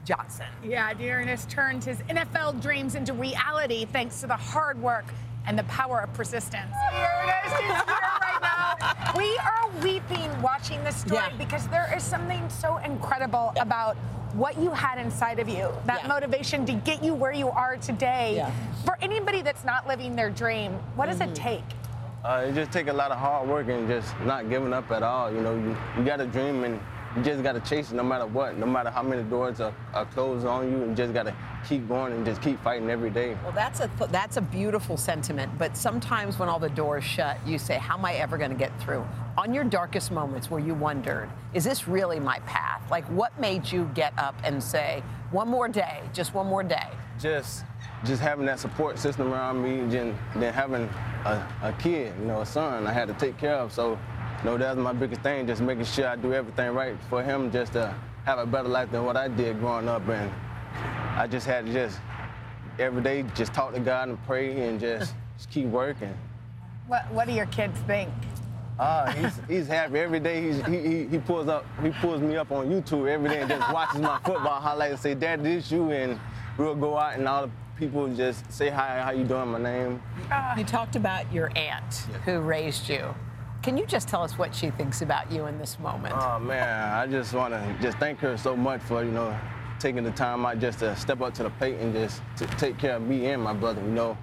[SPEAKER 1] Johnson.
[SPEAKER 12] Yeah, Dearness turned his NFL dreams into reality thanks to the hard work and the power of persistence. Here it is, he's here right now. We are weeping watching this story
[SPEAKER 15] Yeah.
[SPEAKER 12] because there is something so incredible about what you had inside of you, that
[SPEAKER 15] Yeah.
[SPEAKER 12] motivation to get you where you are today.
[SPEAKER 15] Yeah. Mm-hmm.
[SPEAKER 12] For anybody that's not living their dream, what does it take?
[SPEAKER 13] Uh, it just take a lot of hard work and just not giving up at all. You know, you, you got to dream and you just got to chase it no matter what, no matter how many doors are, are closed on you. You just got to keep going and just keep fighting every day.
[SPEAKER 15] Well, that's a that's a beautiful sentiment. But sometimes when all the doors shut, you say, "How am I ever going to get through?" On your darkest moments, where you wondered, "Is this really my path?" Like, what made you get up and say, "One more day, just one more day"?
[SPEAKER 13] Just just having that support system around me and then then having a, a kid, you know, a son I had to take care of. So, you know, that was my biggest thing, just making sure I do everything right for him just to have a better life than what I did growing up. And I just had to just every day just talk to God and pray and just, just keep working.
[SPEAKER 12] What, what do your kids think?
[SPEAKER 13] Ah, he's, he's happy every day. He's, he, he he pulls up, he pulls me up on YouTube every day and just watches my football highlights. And say, Dad, this you, and we'll go out and all the people just say hi, how you doing? My name.
[SPEAKER 15] You talked about your aunt who raised you. Can you just tell us what she thinks about you in this moment?
[SPEAKER 13] Oh man, I just want to just thank her so much for you know taking the time out just to step up to the plate and just to take care of me and my brother. You know,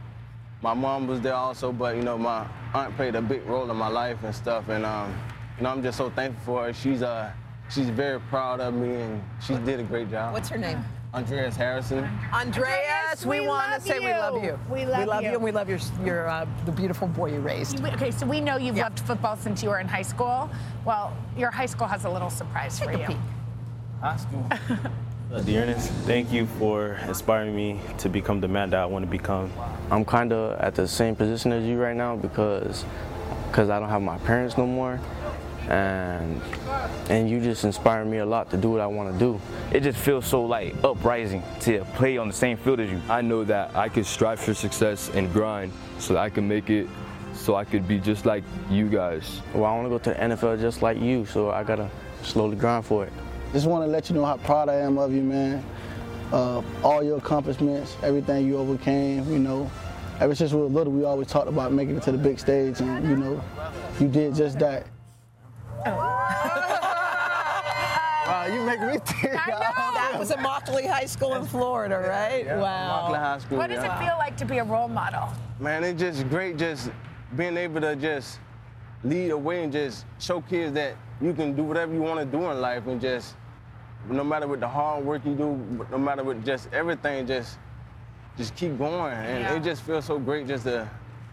[SPEAKER 13] my mom was there also, but you know my aunt played a big role in my life and stuff. And um, you know I'm just so thankful for her. She's uh she's very proud of me and she did a great job.
[SPEAKER 15] What's her name?
[SPEAKER 13] Andreas Harrison.
[SPEAKER 15] Andreas, we,
[SPEAKER 12] we
[SPEAKER 15] want
[SPEAKER 12] love
[SPEAKER 15] to say we love
[SPEAKER 12] you.
[SPEAKER 15] you.
[SPEAKER 12] We love you.
[SPEAKER 15] and we love your, your uh, the beautiful boy you raised.
[SPEAKER 12] You- Okay, so we know you've loved football since you were in high school. Well, your high school has a little surprise for you.
[SPEAKER 13] High school.
[SPEAKER 16] Dearness, thank you for inspiring me to become the man that I want to become.
[SPEAKER 13] I'm kind of at the same position as you right now because because I don't have my parents no more, and and you just inspire me a lot to do what I want to do.
[SPEAKER 17] It just feels so like uprising to play on the same field as you.
[SPEAKER 18] I know that I could strive for success and grind so that I can make it so I could be just like you guys.
[SPEAKER 13] Well, I want to go to the NFL just like you, so I gotta slowly grind for it.
[SPEAKER 19] Just want to let you know how proud I am of you, man. Uh, all your accomplishments, everything you overcame, you know. Ever since we were little, we always talked about making it to the big stage, and you know, you did just that.
[SPEAKER 12] Oh.
[SPEAKER 13] Wow, you make me tear
[SPEAKER 15] That was a Mockley High School in Florida, right? wow.
[SPEAKER 13] Rockland High School.
[SPEAKER 12] What does
[SPEAKER 13] yeah.
[SPEAKER 12] it feel like to be a role model?
[SPEAKER 13] Man, it's just great just being able to just lead away and just show kids that you can do whatever you want to do in life and just no matter what the hard work you do, no matter what just everything, just just keep going. And
[SPEAKER 15] Yeah.
[SPEAKER 13] it just feels so great just to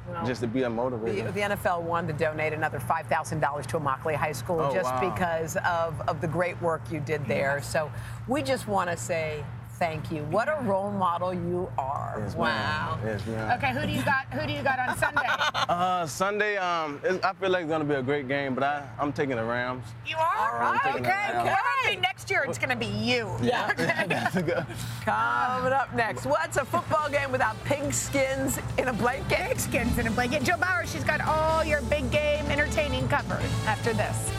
[SPEAKER 15] Well,
[SPEAKER 13] just to be a
[SPEAKER 15] The,
[SPEAKER 13] motivator.
[SPEAKER 15] the NFL wanted to donate another $5,000 to Immokalee High School
[SPEAKER 13] Oh,
[SPEAKER 15] just
[SPEAKER 13] wow.
[SPEAKER 15] because of, of the great work you did there. So we just want to say thank you. What a role model you are.
[SPEAKER 13] Yes,
[SPEAKER 15] wow.
[SPEAKER 13] ma'am. Yes, ma'am.
[SPEAKER 12] Okay, who do you got? Who do you got on Sunday?
[SPEAKER 13] Uh, Sunday, um, it's, I feel like it's gonna be a great game, but I, I'm taking the Rams.
[SPEAKER 12] You are.
[SPEAKER 13] right, I'm taking
[SPEAKER 12] okay.
[SPEAKER 13] it now.
[SPEAKER 12] okay. Everything next year, it's going to be you.
[SPEAKER 1] Um,
[SPEAKER 15] Coming up next, what's a football game without pigskins in a blanket?
[SPEAKER 12] Pigskins in a blanket. Joe Bauer, she's got all your big game entertaining covered after this.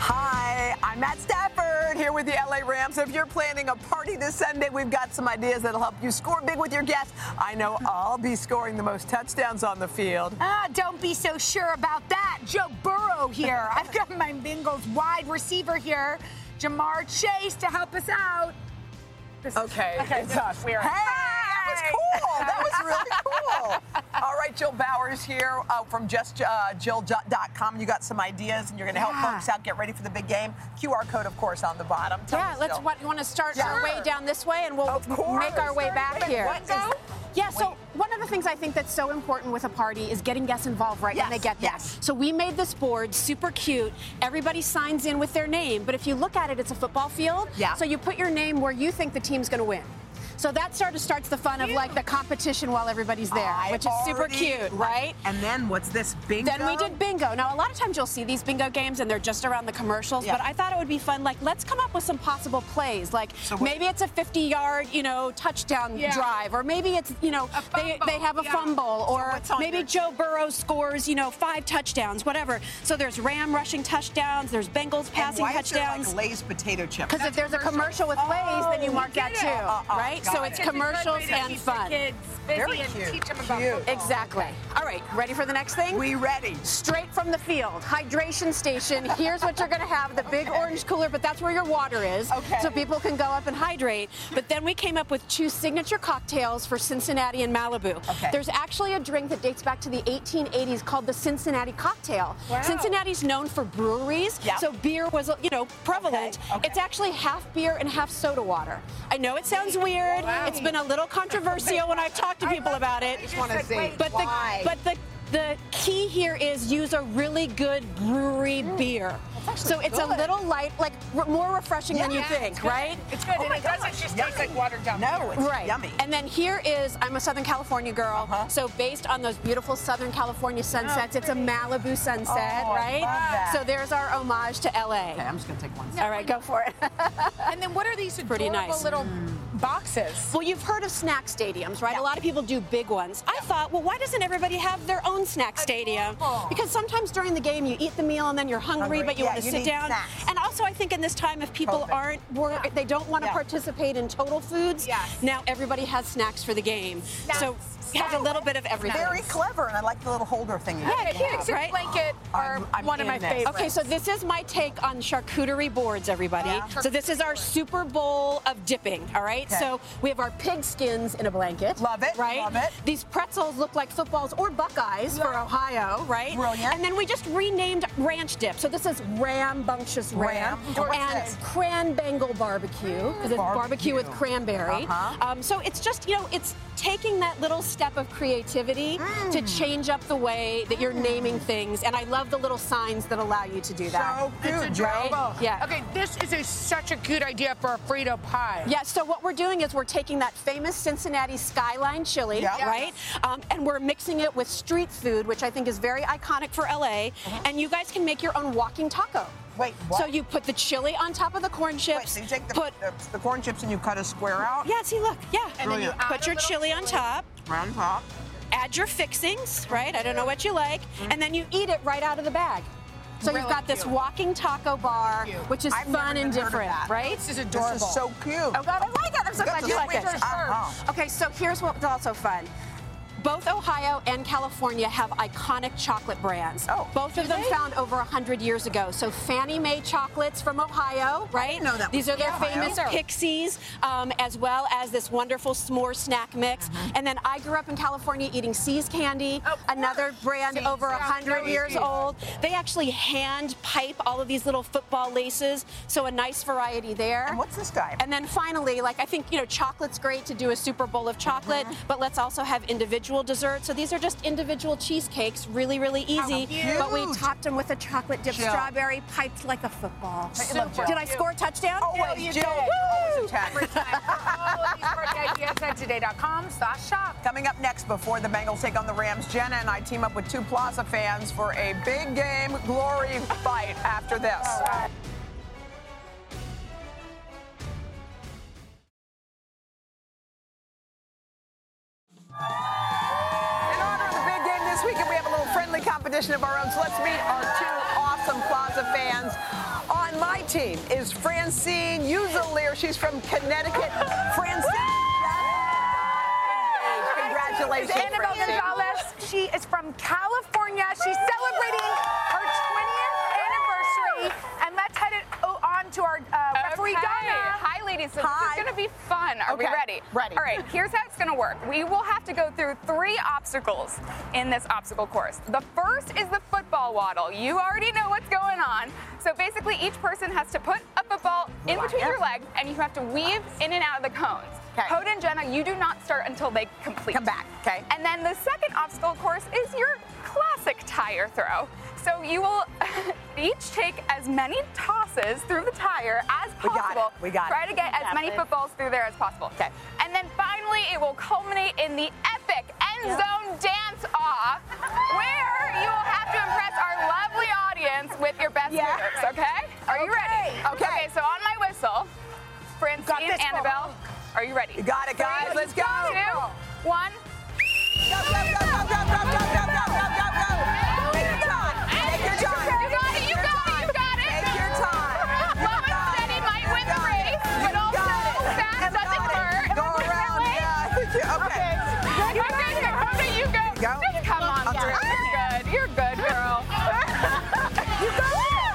[SPEAKER 15] Hi, I'm Matt Stafford here with the LA Rams. If you're planning a party this Sunday, we've got some ideas that'll help you score big with your guests. I know I'll be scoring the most touchdowns on the field.
[SPEAKER 12] Ah, don't be so sure about that. Joe Burrow here. I've got my Bengals wide receiver here, Jamar Chase, to help us out. This is-
[SPEAKER 15] Okay,
[SPEAKER 12] okay,
[SPEAKER 15] it's
[SPEAKER 12] this is
[SPEAKER 15] us.
[SPEAKER 12] weird.
[SPEAKER 15] Hey, that was cool. That was really cool. All right, Jill Bowers here uh, from JustJill.com. you got some ideas, and you're going to help
[SPEAKER 20] Yeah.
[SPEAKER 15] folks out get ready for the big game. QR code, of course, on the bottom. Tell
[SPEAKER 20] yeah,
[SPEAKER 15] us,
[SPEAKER 20] let's.
[SPEAKER 15] Jill.
[SPEAKER 20] What, you want to start our
[SPEAKER 15] Sure.
[SPEAKER 20] way down this way, and we'll
[SPEAKER 15] course.
[SPEAKER 20] make our way
[SPEAKER 15] Start
[SPEAKER 20] back
[SPEAKER 15] with
[SPEAKER 20] here.
[SPEAKER 15] what is-
[SPEAKER 20] Yeah. So one of the things I think that's so important with a party is getting guests involved right when they get there. So we made this board super cute. Everybody signs in with their name, but if you look at it, it's a football field.
[SPEAKER 15] Yeah.
[SPEAKER 20] So you put your name where you think the team's going to win.
[SPEAKER 12] So that sort of starts the fun of like the competition while everybody's there, which is super
[SPEAKER 15] already
[SPEAKER 12] cute, right?
[SPEAKER 15] And then what's this bingo?
[SPEAKER 12] Then we did bingo. Now, a lot of times you'll see these bingo games and they're just around the commercials, but I thought it would be fun. Like, let's come up with some possible plays. Like,
[SPEAKER 15] what-
[SPEAKER 12] maybe it's a 50 yard, you know, touchdown
[SPEAKER 15] Yeah.
[SPEAKER 12] drive, or maybe it's, you know, they, they have a fumble, or maybe Joe Burrow scores, you know, five touchdowns, whatever. So there's Ram rushing touchdowns, there's Bengals passing
[SPEAKER 15] why is there, like,
[SPEAKER 12] touchdowns.
[SPEAKER 15] Lay's potato chip?
[SPEAKER 12] Because if there's a commercial with Lay's, then you
[SPEAKER 15] Oh,
[SPEAKER 12] mark
[SPEAKER 15] you
[SPEAKER 12] that
[SPEAKER 15] did
[SPEAKER 12] too,
[SPEAKER 15] it. Uh-uh,
[SPEAKER 12] right?
[SPEAKER 15] got
[SPEAKER 12] So
[SPEAKER 15] it.
[SPEAKER 12] it's
[SPEAKER 15] It's a good way to
[SPEAKER 12] commercials
[SPEAKER 15] keep
[SPEAKER 12] and
[SPEAKER 15] the
[SPEAKER 12] fun.
[SPEAKER 15] kids busy Very and cute. teach 'em about Cute. football.
[SPEAKER 12] Exactly. All right, ready for the next thing?
[SPEAKER 15] We ready.
[SPEAKER 12] Straight from the field, hydration station. Here's what you're gonna have: the big orange cooler, but that's where your water is,
[SPEAKER 15] Okay.
[SPEAKER 12] so people can go up and hydrate. But then we came up with two signature cocktails for Cincinnati and Malibu.
[SPEAKER 15] Okay.
[SPEAKER 12] There's actually a drink that dates back to the 1880s called the Cincinnati cocktail.
[SPEAKER 15] Wow.
[SPEAKER 12] Cincinnati's known for breweries,
[SPEAKER 15] Yep.
[SPEAKER 12] so beer was, you know, prevalent. It's actually half beer and half soda water. I know it sounds weird. It's been a little controversial when I've talked to people about it.
[SPEAKER 15] just wanna see
[SPEAKER 12] But the
[SPEAKER 15] why.
[SPEAKER 12] but the the key here is use a really good brewery beer. So it's a
[SPEAKER 15] Mm. good.
[SPEAKER 12] little light, like r- more refreshing than you
[SPEAKER 15] Yeah,
[SPEAKER 12] think,
[SPEAKER 15] it's good.
[SPEAKER 12] right? Oh
[SPEAKER 15] It's good, and it doesn't just taste like watered down No, beer. it's
[SPEAKER 12] right.
[SPEAKER 15] yummy.
[SPEAKER 12] And then here is I'm a Southern California girl, so based on those beautiful Southern California sunsets, it's a Malibu sunset,
[SPEAKER 15] Oh, I
[SPEAKER 12] right?
[SPEAKER 15] love that.
[SPEAKER 12] So there's our homage to LA.
[SPEAKER 15] Okay, I'm just gonna take one.
[SPEAKER 12] All right, go for it.
[SPEAKER 3] And then what are these
[SPEAKER 12] Pretty
[SPEAKER 3] adorable
[SPEAKER 12] nice.
[SPEAKER 3] little boxes?
[SPEAKER 12] Well, you've heard of snack stadiums, right? A lot of people do big ones. I thought, well, why doesn't everybody have their own snack stadium? Because sometimes during the game you eat the meal and then you're hungry,
[SPEAKER 15] Hungry.
[SPEAKER 12] but you
[SPEAKER 15] Yeah,
[SPEAKER 12] want to
[SPEAKER 15] you
[SPEAKER 12] sit
[SPEAKER 15] need
[SPEAKER 12] down.
[SPEAKER 15] snacks.
[SPEAKER 12] And also, I think in this time, if people
[SPEAKER 15] COVID.
[SPEAKER 12] aren't, wor- they don't want to participate in total foods.
[SPEAKER 15] Yes.
[SPEAKER 12] Now everybody has snacks for the game, so you have a little bit of everything.
[SPEAKER 15] Very clever, and I like the little holder thing. you
[SPEAKER 12] Yeah,
[SPEAKER 15] have,
[SPEAKER 12] cute. It's a
[SPEAKER 15] right?
[SPEAKER 12] blanket
[SPEAKER 15] I'm- I'm in this.
[SPEAKER 12] Okay, so this is my take on charcuterie boards, everybody. So this is our Super Bowl of dipping, all right?
[SPEAKER 15] Okay.
[SPEAKER 12] So we have our pig skins in a blanket.
[SPEAKER 15] Love it,
[SPEAKER 12] Right?
[SPEAKER 15] love it.
[SPEAKER 12] These pretzels look like footballs or Buckeyes for Ohio, right?
[SPEAKER 15] Brilliant.
[SPEAKER 12] And then we just renamed ranch dip. So this is rambunctious ram,
[SPEAKER 15] Ram. And what's
[SPEAKER 12] and
[SPEAKER 15] this?
[SPEAKER 12] cran bangle barbecue, because it's barbecue.
[SPEAKER 15] Barbecue.
[SPEAKER 12] with cranberry.
[SPEAKER 15] Uh-huh.
[SPEAKER 12] Um, so it's just, you know, it's taking that little step of creativity to
[SPEAKER 15] Mm.
[SPEAKER 12] change up the way that you're naming things. And I love the little signs that allow you to do that.
[SPEAKER 15] So Oh, cute,
[SPEAKER 12] Right?
[SPEAKER 15] Joe.
[SPEAKER 12] Yeah.
[SPEAKER 3] Okay, this is a, such a cute idea for a Frito pie.
[SPEAKER 12] Yeah, so what we're doing is we're taking that famous Cincinnati skyline chili,
[SPEAKER 15] Yeah.
[SPEAKER 12] right? Um, and we're mixing it with street food, which I think is very iconic for LA. And you guys can make your own walking taco.
[SPEAKER 15] Uh-huh. Wait, what?
[SPEAKER 12] So you put the chili on top of the corn chips.
[SPEAKER 15] Wait, so you take the,
[SPEAKER 12] put
[SPEAKER 15] the, the corn chips and you cut a square out,
[SPEAKER 12] yeah, see, look, yeah. And then you
[SPEAKER 15] Brilliant.
[SPEAKER 12] put your chili on top.
[SPEAKER 15] round top.
[SPEAKER 12] add your fixings, right? I don't know what you like,
[SPEAKER 15] Mm-hmm.
[SPEAKER 12] and then you eat it right out of the bag. So you've got this walking taco bar, which is
[SPEAKER 15] I've never
[SPEAKER 12] fun and
[SPEAKER 15] even heard of
[SPEAKER 12] different,
[SPEAKER 15] that.
[SPEAKER 12] right?
[SPEAKER 3] This is adorable.
[SPEAKER 15] This is so cute.
[SPEAKER 12] Oh God, I like it. I'm so
[SPEAKER 15] That's
[SPEAKER 12] glad you
[SPEAKER 15] a
[SPEAKER 12] like it.
[SPEAKER 15] sweet Uh-huh.
[SPEAKER 12] Okay, so here's what's also fun. Both Ohio and California have iconic chocolate brands.
[SPEAKER 15] Oh.
[SPEAKER 12] Both of them found over 100 years ago. So Fannie Mae chocolates from Ohio, right?
[SPEAKER 15] know that
[SPEAKER 12] These
[SPEAKER 15] was
[SPEAKER 12] are their
[SPEAKER 15] from Ohio.
[SPEAKER 12] famous
[SPEAKER 15] These are-
[SPEAKER 12] pixies, um, as well as this wonderful s'more snack mix.
[SPEAKER 15] Uh-huh.
[SPEAKER 12] And then I grew up in California eating Seas Candy,
[SPEAKER 15] Oh,
[SPEAKER 12] another brand
[SPEAKER 3] See's,
[SPEAKER 12] over
[SPEAKER 3] yeah,
[SPEAKER 12] 100
[SPEAKER 3] no
[SPEAKER 12] years
[SPEAKER 3] seas.
[SPEAKER 12] old. They actually hand pipe all of these little football laces, so a nice variety there.
[SPEAKER 15] And what's this guy?
[SPEAKER 12] And then finally, like I think you know, chocolate's great to do a Super Bowl of chocolate, but let's also have individual desserts. So these are just individual cheesecakes, really, really easy.
[SPEAKER 15] cute.
[SPEAKER 12] But we topped them with a chocolate dipped
[SPEAKER 15] Jill.
[SPEAKER 12] strawberry, piped like a football.
[SPEAKER 15] Hey, look, Jill.
[SPEAKER 12] Did Oh, I score a touchdown?
[SPEAKER 15] Always,
[SPEAKER 12] Yeah, you
[SPEAKER 15] Jill.
[SPEAKER 12] did.
[SPEAKER 15] You're
[SPEAKER 12] Woo!
[SPEAKER 15] always attacking.
[SPEAKER 3] All these birthday ideas at today.com slash shop.
[SPEAKER 15] Coming up next, before the Bengals take on the Rams, Jenna and I team up with two Plaza fans for a big game glory fight after this. In honor of the big game this weekend, we have a little friendly competition of our own. So let's meet our two awesome Plaza fans.
[SPEAKER 1] On my team is Francine Uzelier. She's from Connecticut. Francine.
[SPEAKER 15] Congratulations,
[SPEAKER 3] Annabelle
[SPEAKER 15] Francine.
[SPEAKER 3] Gonzalez. She is from California. She's celebrating her 20th anniversary. And let's head it o- on to our uh, referee, Donna.
[SPEAKER 13] Hi, ladies. So
[SPEAKER 15] Hi.
[SPEAKER 13] This is going to be fun. Are we
[SPEAKER 15] Okay,
[SPEAKER 13] ready?
[SPEAKER 15] ready.
[SPEAKER 13] All right, here's how it's going to work. We will have to go through three obstacles in this obstacle course. The first is the football waddle. You already know what's going on. So basically, each person has to put a football in between your legs, and you have to weave in and out of the cones.
[SPEAKER 15] Okay.
[SPEAKER 13] Hoda and Jenna, you do not start until they complete.
[SPEAKER 15] Come back, okay.
[SPEAKER 13] And then the second obstacle course is your classic tire throw. So you will each take as many tosses through the tire as
[SPEAKER 1] We
[SPEAKER 13] possible.
[SPEAKER 1] got it. We got
[SPEAKER 13] Try
[SPEAKER 1] it.
[SPEAKER 13] to get
[SPEAKER 1] We
[SPEAKER 13] as
[SPEAKER 1] got
[SPEAKER 13] many
[SPEAKER 1] this.
[SPEAKER 13] footballs through there as possible. Okay. And then finally, it will culminate in the epic end zone dance off, where you will have to impress our lovely audience with your best
[SPEAKER 3] Yeah.
[SPEAKER 13] moves. Okay? Are you ready? Okay. okay. So on my whistle, Francine,
[SPEAKER 3] this,
[SPEAKER 13] Annabelle, are you ready? You
[SPEAKER 1] got it, guys. Let's go.
[SPEAKER 13] Two, one. Go, go, go, go, go, go, go, go, go, go, go, go. Take your time. Take your time. You got it. You got it. You got it. Take your time. Mama said he might win the race, but also fast doesn't hurt. Go around. Okay. Okay, Dakota, you go. Just come on
[SPEAKER 1] I'll do
[SPEAKER 13] through.
[SPEAKER 1] it.
[SPEAKER 13] You're good. You're good, girl. You got it.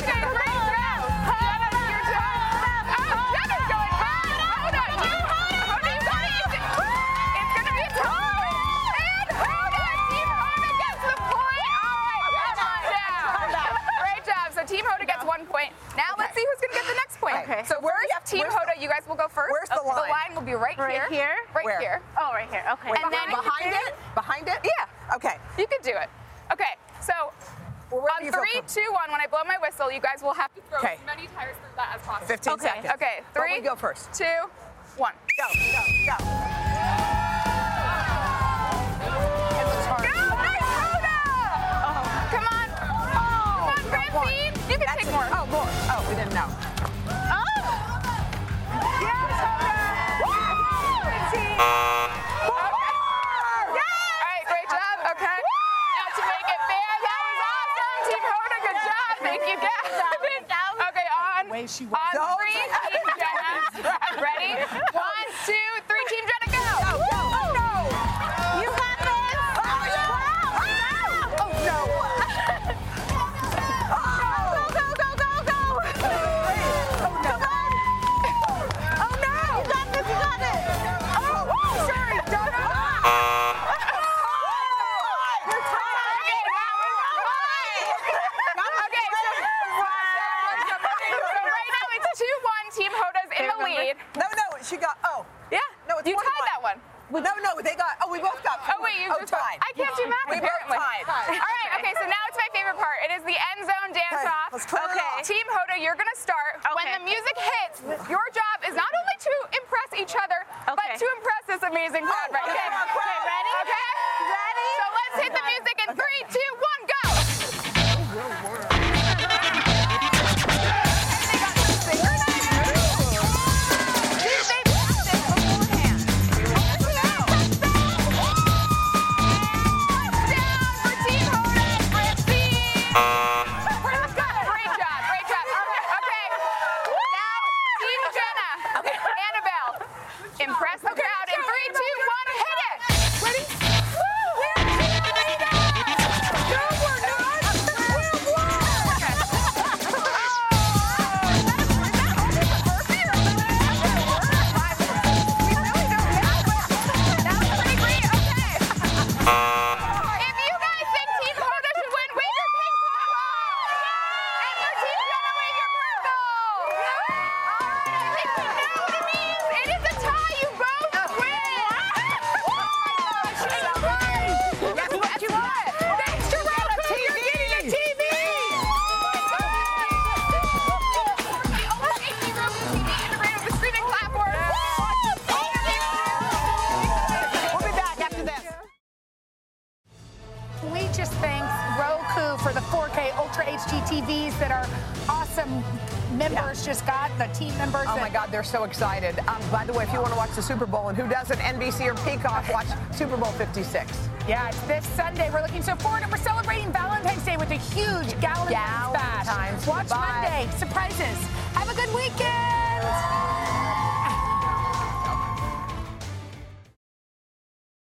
[SPEAKER 13] Okay, great job. Jenna, your turn. Oh, Jenna's going back. Hoda, you got it. Hoda, you got it. It's gonna be Hoda. And Hoda, Team Hoda gets the point. All right, good on down. Great job. So Team Hoda gets one point. Now let's see who's gonna get the next point.
[SPEAKER 3] Okay.
[SPEAKER 13] So
[SPEAKER 3] Where-
[SPEAKER 13] first, Team
[SPEAKER 3] where's
[SPEAKER 13] Hoda, you guys will go first.
[SPEAKER 3] where's the
[SPEAKER 13] Okay. The
[SPEAKER 3] line?
[SPEAKER 13] line will be right here.
[SPEAKER 3] Right here?
[SPEAKER 13] Right
[SPEAKER 3] Where?
[SPEAKER 13] here.
[SPEAKER 3] Oh, right here. Okay.
[SPEAKER 13] And then
[SPEAKER 3] Behind it?
[SPEAKER 13] Behind it? Yeah. Okay. You could do it. Okay. So on
[SPEAKER 3] you feel
[SPEAKER 13] three, two, one. When I blow my whistle, you guys will have to throw
[SPEAKER 1] Okay.
[SPEAKER 13] as many tires through that as possible.
[SPEAKER 1] 15
[SPEAKER 13] okay.
[SPEAKER 1] seconds.
[SPEAKER 13] Okay.
[SPEAKER 1] But
[SPEAKER 13] Three.
[SPEAKER 1] we go first.
[SPEAKER 13] Two, one. Go. Go. Go. Go, Miss Rhoda! Come on. Come on, Francine. You can take more. Oh, more. Oh, we didn't know. Oh! Yes, Hoda! All right, great job. Okay. Now to make it fair, that was awesome, Team Hoda. Good job. Thank you, guys. Okay, on, on three, Team Jenna. Ready? One, two, three, Team Jenna, go. Go, go, go. You got this. Oh, yeah. Oh, no. Oh, Go, go, go, go, go. Oh, no. Oh, no. You got this. You got it. Oh, oh sorry. Don't
[SPEAKER 1] No, no, she got. Oh.
[SPEAKER 13] Yeah.
[SPEAKER 1] No, it's
[SPEAKER 13] You
[SPEAKER 1] one to
[SPEAKER 13] tied that one.
[SPEAKER 1] No, no, they got. Oh, we both got.
[SPEAKER 13] Oh wait, you
[SPEAKER 1] oh,
[SPEAKER 13] just
[SPEAKER 1] tied.
[SPEAKER 13] I can't do math.
[SPEAKER 1] We both
[SPEAKER 13] apparently.
[SPEAKER 1] tied.
[SPEAKER 13] All right, okay. So now it's my favorite part. It is the end zone dance off.
[SPEAKER 1] let's clear it
[SPEAKER 13] okay.
[SPEAKER 1] off.
[SPEAKER 13] Team Hoda, you're gonna start. When the music hits, your job is not only to impress each other, but to impress this amazing crowd right
[SPEAKER 1] okay,
[SPEAKER 13] here.
[SPEAKER 1] okay,
[SPEAKER 13] ready? Okay. Ready? So let's hit the music in three, two, one, go. Great job, great job. Okay. Now, Team Jenna. Okay. Annabelle. Impress the crowd in three, two, one, hit it. Ready? No, we're not. We're If you guys think Team Hoda should win, wave your pink purple! And your team's gonna wave your purple! Alright, I think we know what it means! It is a tie, you both win! She's won! Guess what you won? Thanks to Roku, you're getting a TV! The only HD Roku TV integrated with streaming platform! We'll be back after this.
[SPEAKER 3] We just thank Roku for the 4K Ultra HD TVs that our awesome members just got, the team members.
[SPEAKER 15] Oh my
[SPEAKER 3] that-
[SPEAKER 15] God, they're so excited. Um, by the way, if you want to watch the Super Bowl, and who doesn't, NBC or Peacock, watch Super Bowl 56.
[SPEAKER 3] Yeah, it's this Sunday. We're looking so forward and we're celebrating Valentine's Day with a huge Galentine's bash.
[SPEAKER 15] Galentine's
[SPEAKER 3] Watch
[SPEAKER 15] bash.
[SPEAKER 3] Monday. Surprises. Have a good weekend.